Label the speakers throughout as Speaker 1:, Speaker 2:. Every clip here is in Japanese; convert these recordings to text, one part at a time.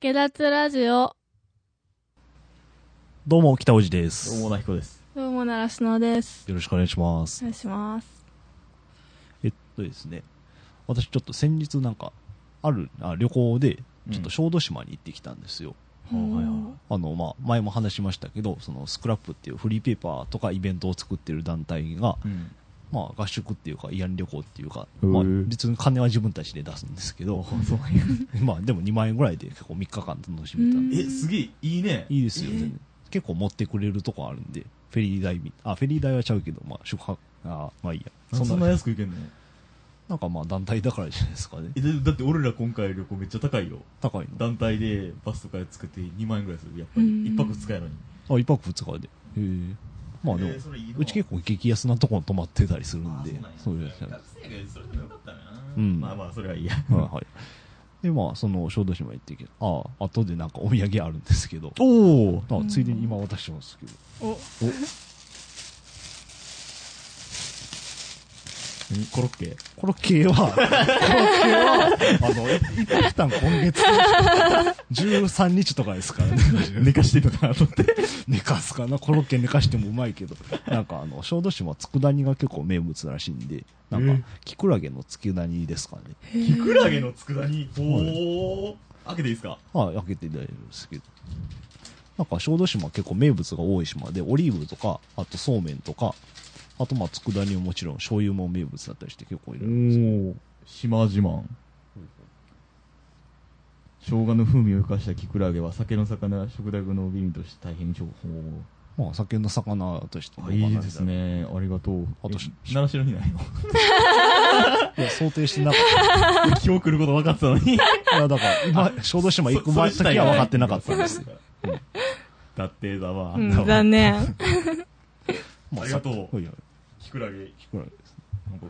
Speaker 1: 下脱ラジオ。
Speaker 2: どうも、北尾路です。
Speaker 3: どうも、なひこです。
Speaker 1: どうも、ならしのです。
Speaker 2: よろしくお願いします
Speaker 1: お。願いします。
Speaker 2: えっとですね、私ちょっと先日なんか、ある、あ旅行で、ちょっと小豆島に行ってきたんですよ。
Speaker 3: はいはいは
Speaker 2: あの、まあ、前も話しましたけど、そのスクラップっていうフリーペーパーとかイベントを作ってる団体が、
Speaker 3: うん。
Speaker 2: まあ、合宿っていうか、慰安旅行っていうか、
Speaker 3: へえ
Speaker 2: まあ、別に金は自分たちで出すんですけど、
Speaker 3: そうな ん
Speaker 2: まあ、でも2万円ぐらいで結構3日間楽しめたんで、
Speaker 3: やえ、すげえ、いいね。
Speaker 2: いいですよ、全然結構持ってくれるとこあるんで、フェリー代み、あ、フェリー代はちゃうけど、まあ、宿泊、あまあいいや。
Speaker 3: そんな安くいけんの
Speaker 2: なんかまあ団体だからじゃないですかね
Speaker 3: え、。だだって俺ら今回旅行めっちゃ高いよ。
Speaker 2: 高いの。
Speaker 3: 団体でバスとか作って2万円ぐらいする。やっぱり。
Speaker 1: うん
Speaker 3: 一泊二日やのに。
Speaker 2: あ、一泊二日で。へえ。まあでも
Speaker 3: えー、それいいな
Speaker 2: うち結構激安なとこに泊まってたりするん
Speaker 3: あ
Speaker 2: で
Speaker 3: そうなんや。
Speaker 2: そうですね。
Speaker 3: 学生がそれでもよかったな。
Speaker 2: うん
Speaker 3: まあまあ、それはいいや。
Speaker 2: はいはい。で、まあ、その、小豆島行ってきて、ああ、後でなんかお土産あるんですけど、
Speaker 3: おお
Speaker 2: あついでに今渡してますけど、
Speaker 1: お、
Speaker 3: コロッケ。
Speaker 2: コロッケは、 コロッケは、あの、一泊期間今 月13日とかですからね。
Speaker 3: 寝かしてるのかなと思って。
Speaker 2: 寝かすかなコロッケ寝かしてもうまいけどなんかあの小豆島佃煮が結構名物らしいんでなんかキクラゲの佃煮ですかね
Speaker 3: キクラゲの佃煮。おお開けていいですか
Speaker 2: はい開けていただいてるんですけどなんか小豆島結構名物が多い島でオリーブとかあとそうめんとかあとまあ佃煮ももちろん醤油も名物だったりして結構い
Speaker 3: お
Speaker 2: ろいろ
Speaker 3: お島自慢生姜の風味を生かしたキクラゲは酒の魚食卓の美味として大変重宝
Speaker 2: まあ酒の魚としても
Speaker 3: いいですねありがとう
Speaker 2: あとし
Speaker 3: え習志野にないの
Speaker 2: いや想定してなかっ
Speaker 3: 今日来ること分かってたのに
Speaker 2: たいやだから今小豆島行く前
Speaker 3: そそれ
Speaker 2: 時は分かってなかったんです
Speaker 3: 自
Speaker 2: よ
Speaker 3: 体がないだってざわ、
Speaker 1: うん、残念。
Speaker 2: ま
Speaker 3: ありがとう
Speaker 2: さはいはい
Speaker 3: キクラゲなんか
Speaker 2: キクラゲです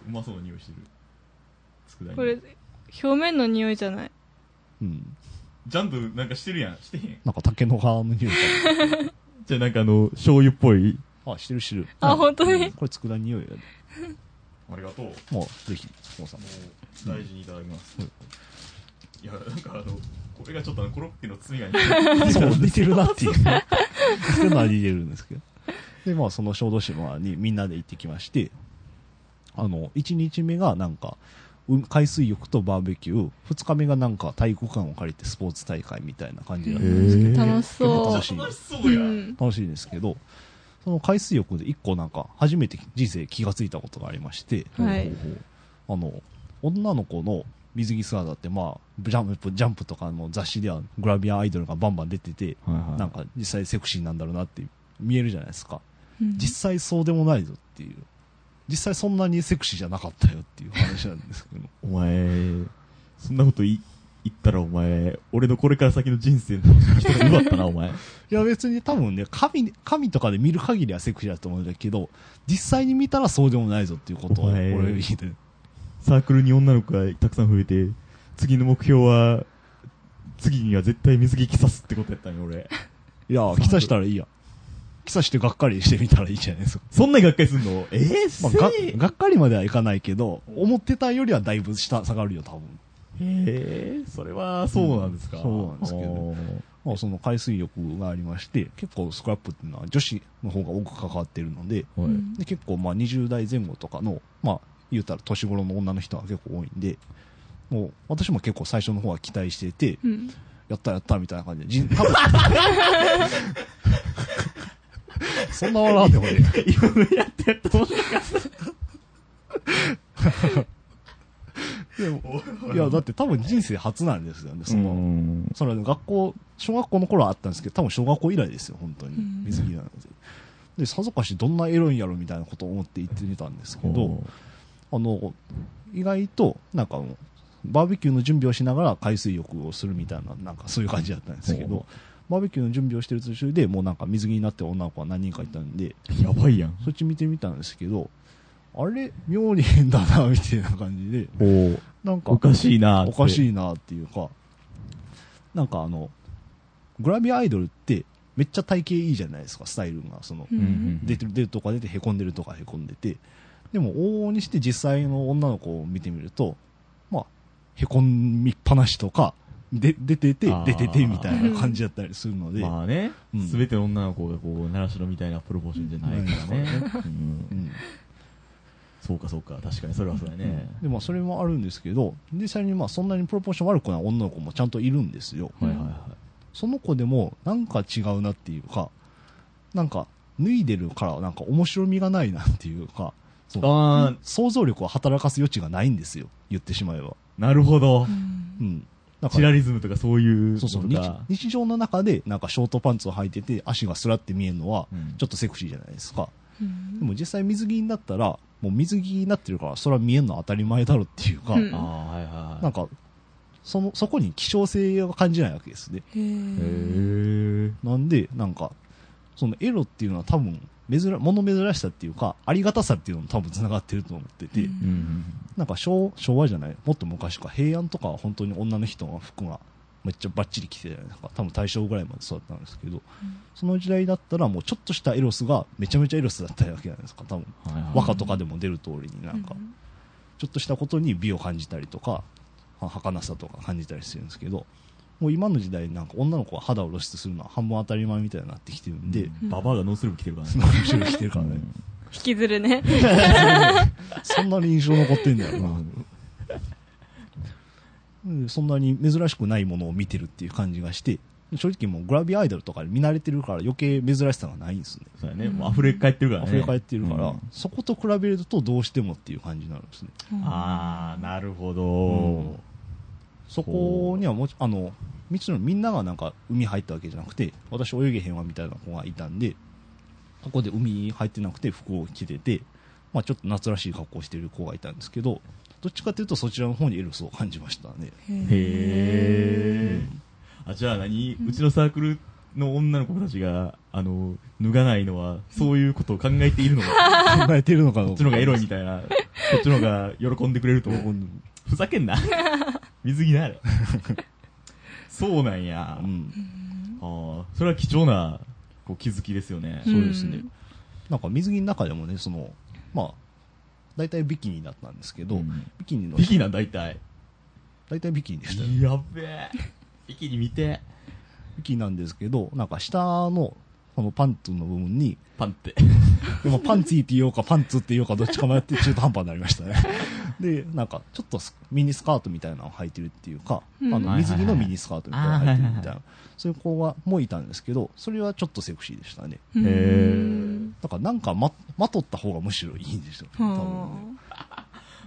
Speaker 3: うまそうな匂いしてる佃煮
Speaker 1: これ、表面の匂いじゃない。
Speaker 2: うん
Speaker 3: ジャンプなんかしてるやんしてへん
Speaker 2: なんか竹の葉の匂いが
Speaker 3: じゃあなんかあの醤油っぽい
Speaker 2: あ、してるしてる。
Speaker 1: あ
Speaker 2: うん
Speaker 1: 本当に
Speaker 2: これ、佃煮匂いやで。
Speaker 3: ありがとう
Speaker 2: もう、ぜひ、スポンさん
Speaker 3: も。う大事にいただきます、
Speaker 2: うん
Speaker 3: いやなんかあのこれがちょっとあのコロッケの 罪が似て
Speaker 2: そ
Speaker 3: る
Speaker 2: う、似てるなっていう。そういうのは似てるんですけど。で、まあ、その小豆島にみんなで行ってきまして、あの、1日目がなんか、う海水浴とバーベキュー、2日目がなんか体育館を借りてスポーツ大会みたいな感じだったんですけど、
Speaker 1: 楽し
Speaker 2: 楽
Speaker 1: そ。
Speaker 2: しい
Speaker 3: 楽しそううや、
Speaker 1: うん。
Speaker 2: 楽しいんですけど、その海水浴で1個なんか、初めて人生気がついたことがありまして、
Speaker 1: はい
Speaker 3: ほうほう
Speaker 2: あの、女の子の水着姿って、まあ、ジャンプ、ジャンプとかの雑誌ではグラビアアイドルがバンバン出てて、
Speaker 3: はいはい
Speaker 2: なんか実際セクシーなんだろうなって見えるじゃないですか。
Speaker 1: うん
Speaker 2: 実際そうでもないぞっていう。実際そんなにセクシーじゃなかったよっていう話なんです けど。
Speaker 3: お前そんなことい言ったらお前俺のこれから先の人生の楽しみ一つ奪 ったなお前
Speaker 2: いや別に多分ね、神、神とかで見る限りはセクシーだと思うんだけど、実際に見たらそうでもないぞっていうことを
Speaker 3: お前
Speaker 2: 俺は言いたい
Speaker 3: サークルに女の子がたくさん増えて次の目標は次には絶対水着着さすってことやったんよ俺
Speaker 2: いや、着さしたらいいや。着さしてがっかりしてみたらいいじゃないですか。
Speaker 3: そんなにがっかりすんのええ
Speaker 2: まあ、
Speaker 3: せ
Speaker 2: が
Speaker 3: え
Speaker 2: がっかりまではいかないけど、思ってたよりはだいぶ下下がるよ、多分。
Speaker 3: へえそれはそうなんですか、
Speaker 2: うんそうなんですけど
Speaker 3: おー
Speaker 2: まあ、その海水浴がありまして、結構スクラップっていうのは女子の方が多く関わってるので、
Speaker 3: はい、
Speaker 1: うん
Speaker 2: で結構まあ20代前後とかの、まあ、言うたら年頃の女の人が結構多いんで、もう私も結構最初の方は期待してて、
Speaker 1: うん。
Speaker 2: やったやったみたいな感じで、人多分そんな笑わんでもね
Speaker 3: 今のやってやった面白かっ
Speaker 2: え。でも
Speaker 3: た
Speaker 2: いや、だって多分人生初なんですよね、その、
Speaker 3: うん
Speaker 2: それは学校、小学校の頃はあったんですけど、多分小学校以来ですよ、本当に
Speaker 1: うん。
Speaker 2: 水着なんて。で、さぞかしどんなエロいんやろみたいなことを思って行ってみたんですけど、あの、意外と、なんかもう、バーベキューの準備をしながら海水浴をするみたいな、なんかそういう感じだったんですけ
Speaker 3: ほう
Speaker 2: ど、バーベキューの準備をしてる途中でもうなんか水着になってる女の子が何人かいたんで、
Speaker 3: やばいやん。
Speaker 2: そっち見てみたんですけど、あれ妙に変だな、みたいな感じで、
Speaker 3: お
Speaker 2: なんか、
Speaker 3: おかしいな
Speaker 2: おか
Speaker 3: い。
Speaker 2: しいなっていうか、なんかあの、グラビアアイドルってめっちゃ体型いいじゃないですか、スタイルが。その、
Speaker 1: う。
Speaker 3: うんん。
Speaker 2: 出てる、出るとか出て凹んでるとか凹んでて。でも、往々にして実際の女の子を見てみると、まあ、凹みっぱなしとか、で出てて
Speaker 3: あー
Speaker 2: 出ててみたいな感じやったりするので、
Speaker 3: まあね
Speaker 2: うん、
Speaker 3: すべての女の子がこう、習志野みたいなプロポーションじゃないからね。うん
Speaker 2: うん
Speaker 3: そうかそうか、確かにそれはそうだね。
Speaker 2: でまあそれもあるんですけど実際にまあそんなにプロポーション悪くない女の子もちゃんといるんですよ、
Speaker 3: はいはいはい。
Speaker 2: その子でもなんか違うなっていうかなんか脱いでるからなんか面白みがないなっていうかその
Speaker 3: あ
Speaker 2: 想像力を働かす余地がないんですよ言ってしまえば
Speaker 3: あ、なるほど。
Speaker 2: うんだか
Speaker 3: チ
Speaker 2: ら
Speaker 3: ラリズムとかそういう
Speaker 2: そうそう
Speaker 3: の
Speaker 2: 日
Speaker 3: とか。
Speaker 2: 日常の中でなんかショートパンツを履いてて足がすらって見えるのは
Speaker 3: うん
Speaker 2: ちょっとセクシーじゃないですか、
Speaker 1: うん
Speaker 2: でも実際水着になったらもう水着になってるからそれは見えるのは当たり前だろっていうか、
Speaker 1: うん
Speaker 3: ああ、はいはい
Speaker 2: な
Speaker 3: は
Speaker 2: んかそのそこに希少性を感じないわけですね
Speaker 1: へ
Speaker 3: い。
Speaker 1: え。
Speaker 3: へえ。
Speaker 2: なんでなんかそのエロっていうのは多分珍物珍しさっていうかありがたさっていうのも多分つながってると思ってて、
Speaker 1: うん
Speaker 3: うん。
Speaker 2: なんか昭昭和じゃないもっと昔か平安とかは本当に女の人の服がめっちゃバッチリ着てたじゃないですか多分大正ぐらいまでそうだったんですけど、その時代だったらもうちょっとしたエロスがめちゃめちゃエロスだったわけじゃないですか多分
Speaker 3: はいはい
Speaker 2: 和歌とかでも出る通りになんか、ちょっとしたことに美を感じたりとかは儚さとか感じたりするんですけどもう今の時代なんか女の子が肌を露出するのは半分当たり前みたいになってきてるんで、
Speaker 3: うんババアがノースルーブ着てるからね。
Speaker 2: 後ろ着てるからね、
Speaker 1: 引きずるね。
Speaker 2: そんなに印象残ってんだよな、うんそんなに珍しくないものを見てるっていう感じがして正直もうグラビアアイドルとかで見慣れてるから余計珍しさがないんですね
Speaker 3: そうやね。もう溢れ返ってるからね。
Speaker 2: 溢れ返ってるから、
Speaker 3: うん
Speaker 2: そこと比べるとどうしてもっていう感じになるんですね
Speaker 3: ああ、なるほ
Speaker 2: うん
Speaker 3: ど。
Speaker 2: そこにはもちあの道のみんながなんか海入ったわけじゃなくて私泳げへんわみたいな子がいたんでそこで海入ってなくて服を着てて、まあ、ちょっと夏らしい格好してる子がいたんですけどどっちかというとそちらの方にエロスを感じましたね
Speaker 3: へえ。あ、じゃあ何うちのサークルの女の子たちが、あの、脱がないのは、そういうことを考えているの が、
Speaker 2: 考えてるのか
Speaker 3: こっちの方がエロいみたいな、こっちの方が喜んでくれると思う。ふざけんな。水着なあれ。そうなんや。
Speaker 2: う
Speaker 3: あ
Speaker 2: ん、
Speaker 3: あ、それは貴重な、こう、気づきですよね。
Speaker 2: そうですねなんか水着の中でもねそのまあ大体ビキニだったんですけど、
Speaker 3: うん
Speaker 2: ビキニの
Speaker 3: ビキニなん大体。
Speaker 2: 大体ビキニでしたよ
Speaker 3: やっべえ。ビキニ見て。
Speaker 2: ビキニなんですけどなんか下のこのパンツの部分に
Speaker 3: パンって。
Speaker 2: でもパンツィーって言おうかパンツって言おうかどっちか迷って中途半端になりましたね。で、なんかちょっとスミニスカートみたいなのを履いてるっていうか、
Speaker 1: うん
Speaker 2: あの水着のミニスカートみたいなのを履いてるみたい
Speaker 3: あーはいはいは
Speaker 2: な、そういう子がもういたんですけど、それはちょっとセクシーでしたね。
Speaker 1: うん
Speaker 3: へ
Speaker 1: うん
Speaker 2: だからなんかま、まとった方がむしろいいんですよ。多
Speaker 1: は
Speaker 2: 分ね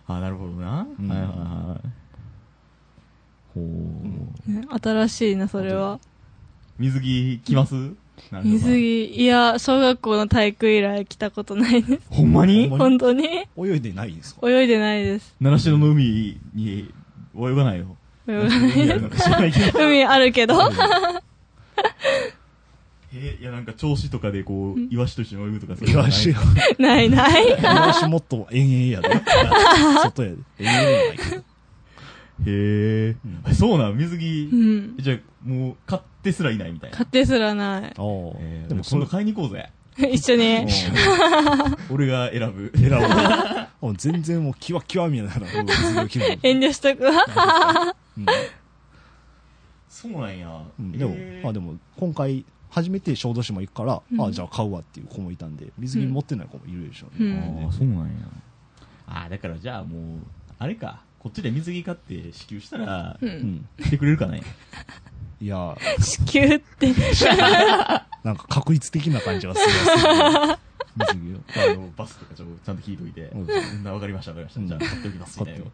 Speaker 3: あ、なるほどな。
Speaker 2: うん
Speaker 3: はいはいはい。ほ
Speaker 1: あ
Speaker 3: う。
Speaker 1: ね新しいな、それは。
Speaker 3: 水着着ます
Speaker 1: 水。着、いや、小学校の体育以来来たことないです。
Speaker 3: ほんまに
Speaker 2: ほんまに
Speaker 1: 本当に
Speaker 2: 泳いでないんですか
Speaker 1: 泳いでないです。
Speaker 3: 習志野の海に泳がないよ。
Speaker 1: 泳がない
Speaker 3: い
Speaker 1: で
Speaker 3: や、
Speaker 1: す
Speaker 3: なんか知らないけど。
Speaker 1: 海あるけど。
Speaker 3: え、いや、なんか調子とかでこう、イワシと一緒に泳ぐとかそうい
Speaker 2: イ
Speaker 3: うの
Speaker 2: ワ
Speaker 3: ない
Speaker 2: シ、イ
Speaker 1: ないない。
Speaker 2: ワシもっと延々やで。外やで。延々やないけど。
Speaker 3: へえ。あそうなん、水
Speaker 1: う
Speaker 3: 着。
Speaker 1: ん。
Speaker 3: じゃあ、もう、買ってすらいないみたいな
Speaker 1: 買。ってすらない。
Speaker 2: ああ、
Speaker 3: えー
Speaker 2: で
Speaker 3: で
Speaker 2: も
Speaker 3: も、
Speaker 2: そ
Speaker 3: 今
Speaker 2: の
Speaker 3: 度買いに行こうぜ。
Speaker 1: 一緒に。
Speaker 3: 俺が選ぶ。
Speaker 2: 選ぶ。もう全然もうキワキワみたいな水着を 着るの。
Speaker 1: 遠慮しとくわ。
Speaker 2: うん
Speaker 3: そうなんや
Speaker 2: う。んでも、
Speaker 3: へー
Speaker 2: まあでも、今回、初めて小豆島行くから、
Speaker 1: うん
Speaker 2: あじゃあ買うわっていう子もいたんで、水着持ってない子もいるでしょう
Speaker 1: う
Speaker 2: ね。
Speaker 1: ん
Speaker 3: ああ、そうなんや。ああ、だからじゃあもう、あれか。こっちで水着買って支給したら、
Speaker 1: う。
Speaker 2: うんん。
Speaker 3: 来てくれる かね。
Speaker 2: いやー、
Speaker 1: 子宮って。
Speaker 2: なんか確率的な感じがするやつ。水着を。
Speaker 3: あの、バスとかちょっとちゃんと聞いといて。
Speaker 2: う
Speaker 3: うんん、なわかりました、わかりました。じゃあ、買っておきます、みたいな
Speaker 2: 買。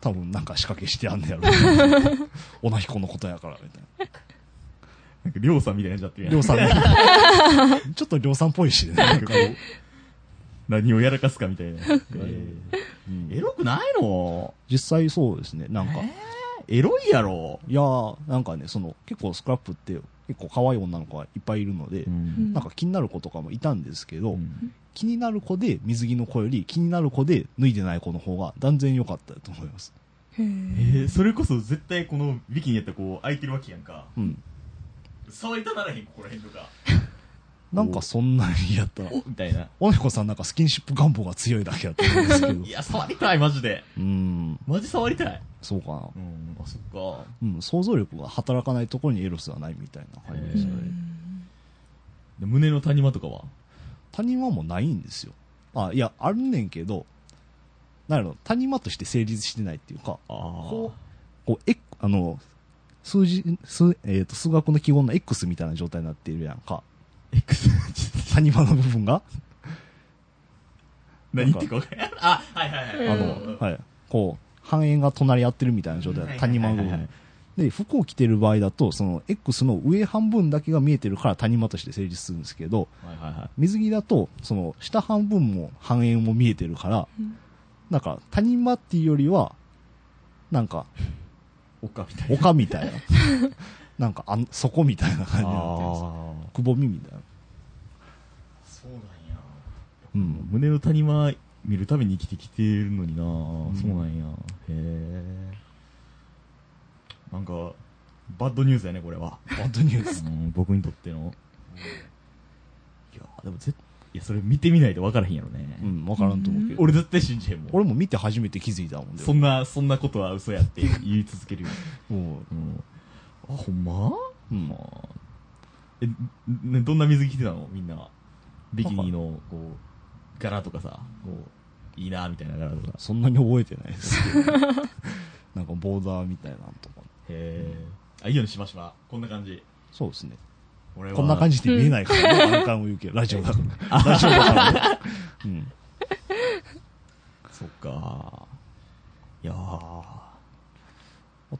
Speaker 2: 多分なんか仕掛けしてあんねやろうな。おなひこのことやから、みたいな。
Speaker 3: なんか、りょうさんみたいになっちゃってるや。
Speaker 2: りょうんさん、ちょっとりょうさんっぽいしね。
Speaker 3: なんかこ う、何をやらかすかみたいな。え
Speaker 2: うん
Speaker 3: ーエロくないの
Speaker 2: 実際そうですね、なんか。
Speaker 3: エロいやろ。
Speaker 2: いやー、なんかね、その、結構スクラップって、結構可愛い女の子がいっぱいいるので、
Speaker 1: ん
Speaker 2: なんか気になる子とかもいたんですけど、
Speaker 3: うん
Speaker 2: 気になる子で水着の子より気になる子で脱いでない子の方が断然良かったと思います。
Speaker 3: えーそれこそ絶対このビキニやったらこう空いてるわけやんか。
Speaker 2: うん。
Speaker 3: 触りたならへん、ここら辺とか。
Speaker 2: なんかそんなにやったら。
Speaker 3: みたいな。
Speaker 2: おねこさんなん かスキンシップ願望が強いだけやと思うんですけど。
Speaker 3: いや、触りたい、マジで。
Speaker 2: うん。
Speaker 3: マジ触りたい。
Speaker 2: そうかな。
Speaker 3: うん、あ、そっか。
Speaker 2: うん、想像力が働かないところにエロスはないみたいな感じでしたね。
Speaker 3: で胸の谷間とかは
Speaker 2: 谷間もないんですよ。あ、いや、あるねんけど、なんやろ、谷間として成立してないっていうか、
Speaker 3: あ
Speaker 2: こう、こう、え、あの、数字、数、えっ、と、数学の記号の X みたいな状態になっているやんか。
Speaker 3: X、
Speaker 2: 谷間の部分が、
Speaker 3: 何言ってるか分からん。あ、はいはいはい。
Speaker 2: あ
Speaker 1: うん
Speaker 2: の、はい。こう、半円が隣り合ってるみたいな状態だ谷間の部
Speaker 3: はいはいは
Speaker 2: 分
Speaker 3: い。
Speaker 2: で、服を着てる場合だと、その X の上半分だけが見えてるから谷間として成立するんですけど、
Speaker 3: はいはいはい。
Speaker 2: 水着だと、その下半分も半円も見えてるから、
Speaker 1: うん
Speaker 2: なんか谷間っていうよりは、なんか
Speaker 3: おかみたいな。
Speaker 2: 丘みたいな、 なんかあんそこみたいな感じになってるんです。
Speaker 3: あ
Speaker 2: くぼみみたいな。
Speaker 3: あ、そうなんや。
Speaker 2: うん。
Speaker 3: 胸の谷間見るために生きてきてるのにな、
Speaker 2: ん
Speaker 3: そうなんや。へえ。なんか、バッドニュースやね、これは。
Speaker 2: バッドニュース。
Speaker 3: うん僕にとっての。いや、でもぜいや、それ見てみないと分からへんやろね。
Speaker 2: うん、わからんと思うけど。
Speaker 3: 俺絶対信じへんもん。
Speaker 2: 俺も見て初めて気づいたもんで。
Speaker 3: そんな、そんなことは嘘やって言い続けるよ。
Speaker 2: うん
Speaker 3: うんあ、ほんま
Speaker 2: うん
Speaker 3: あーえ、ね、どんな水着着てたのみんなは。ビキニの、こう、柄とかさ、こう、いいなみたいな柄とか。
Speaker 2: そんなに覚えてないですけ ど。なんかボーダーみたいなのとか。
Speaker 3: へえ。あ、いいよね、しましま。こんな感じ。
Speaker 2: そうですね。
Speaker 3: 俺は。
Speaker 2: こんな感じで見えないからね、何回も言うけど、ラジオだから。ラジオだからね。うん。
Speaker 3: そっか。いやー。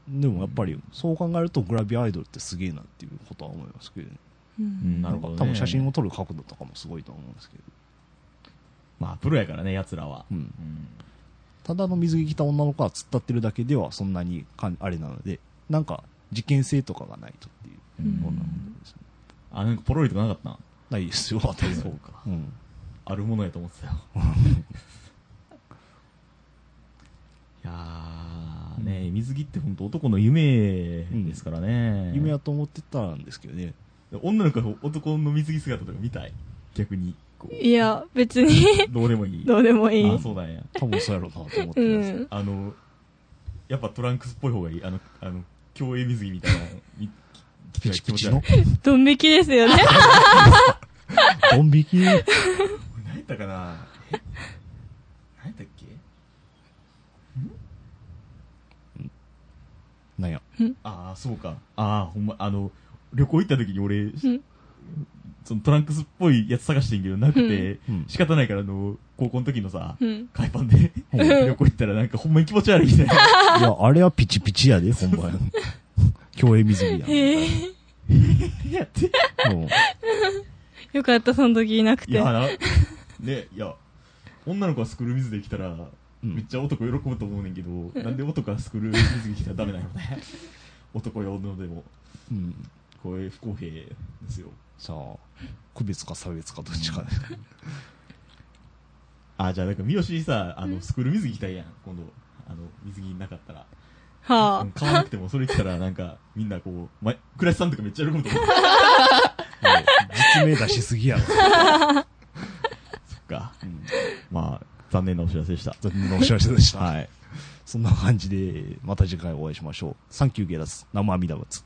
Speaker 2: でもやっぱり、そう考えるとグラビアアイドルってすげえなっていうことは思いますけどね。
Speaker 3: うん、な
Speaker 2: な
Speaker 3: る
Speaker 2: んか
Speaker 3: ほど、ね。
Speaker 2: 多分写真を撮る角度とかもすごいと思うんですけど。
Speaker 3: まあ、プロやからね、奴らは。
Speaker 2: うん。
Speaker 3: うん。
Speaker 2: ただの水着着た女の子は突っ立ってるだけではそんなにかんあれなので、なんか事件性とかがないとっていうものなんですね。
Speaker 3: あ、なんかポロリとかなかったな。
Speaker 2: ないですよ、当たり前
Speaker 3: そうか
Speaker 2: うん。
Speaker 3: あるものやと思ってたよ。いやー、ね水着って本当男の夢ですからね。
Speaker 2: 夢やと思ってたんですけどね。
Speaker 3: 女の子は男の水着姿とか見たい。逆に。こう
Speaker 1: いや、別に、
Speaker 3: どうでもいい。
Speaker 1: どうでもい
Speaker 3: あ、
Speaker 1: い。
Speaker 3: そうなんや。
Speaker 2: 多分そうやろうなと思って
Speaker 1: う
Speaker 2: ます。
Speaker 1: ん。
Speaker 3: あの、やっぱトランクスっぽい方がいい。あの、あの、競泳水着みたいな。みき
Speaker 2: ピチピチ
Speaker 3: 気持
Speaker 2: の
Speaker 3: ち悪い。
Speaker 1: ドン引きですよね。
Speaker 2: ドン引き。
Speaker 3: 何やったかなえ何やったっけ
Speaker 2: なんや。
Speaker 3: ああ、そうか。ああ、ほんま、あの、旅行行った時に俺、
Speaker 1: ん
Speaker 3: そのトランクスっぽいやつ探してんけど、なくて、
Speaker 2: うんうん
Speaker 3: 仕方ないから、あの、高校の時のさ、
Speaker 1: うん
Speaker 3: 海パンで旅行行ったらなんかほんまに気持ち悪いみたいな。
Speaker 2: いや、あれはピチピチやで、ほんまや。競泳水着や
Speaker 1: へえ。
Speaker 3: やって。い
Speaker 2: ん。うん
Speaker 1: よかった、その時いなくて。
Speaker 3: や、な、ね、いや、女の子はスクール水で来たら、
Speaker 2: うん
Speaker 3: めっちゃ男喜ぶと思うねんけど、なんで男はスクール水着着たらダメなのね。男や女でも、
Speaker 2: うん。
Speaker 3: こういう不公平ですよ。
Speaker 2: さあ、区別か差別かどっちかで。
Speaker 3: あ、じゃあ、なんか、三好にさ、あの、スクール水着着たいやん、今度。あの、水着なかったら。う
Speaker 1: は
Speaker 3: ん買わなくても、それ着たら、なんか、みんなこう、ま、倉石さんとかめっちゃ喜ぶと思う。
Speaker 2: 実名出しすぎ やろ。
Speaker 3: そっか。
Speaker 2: うん
Speaker 3: まあ、残念なお知らせでした。
Speaker 2: 残念なお知らせでした。
Speaker 3: はい。
Speaker 2: そんな感じで、また次回お会いしましょう。サンキューゲラス、生阿弥陀仏。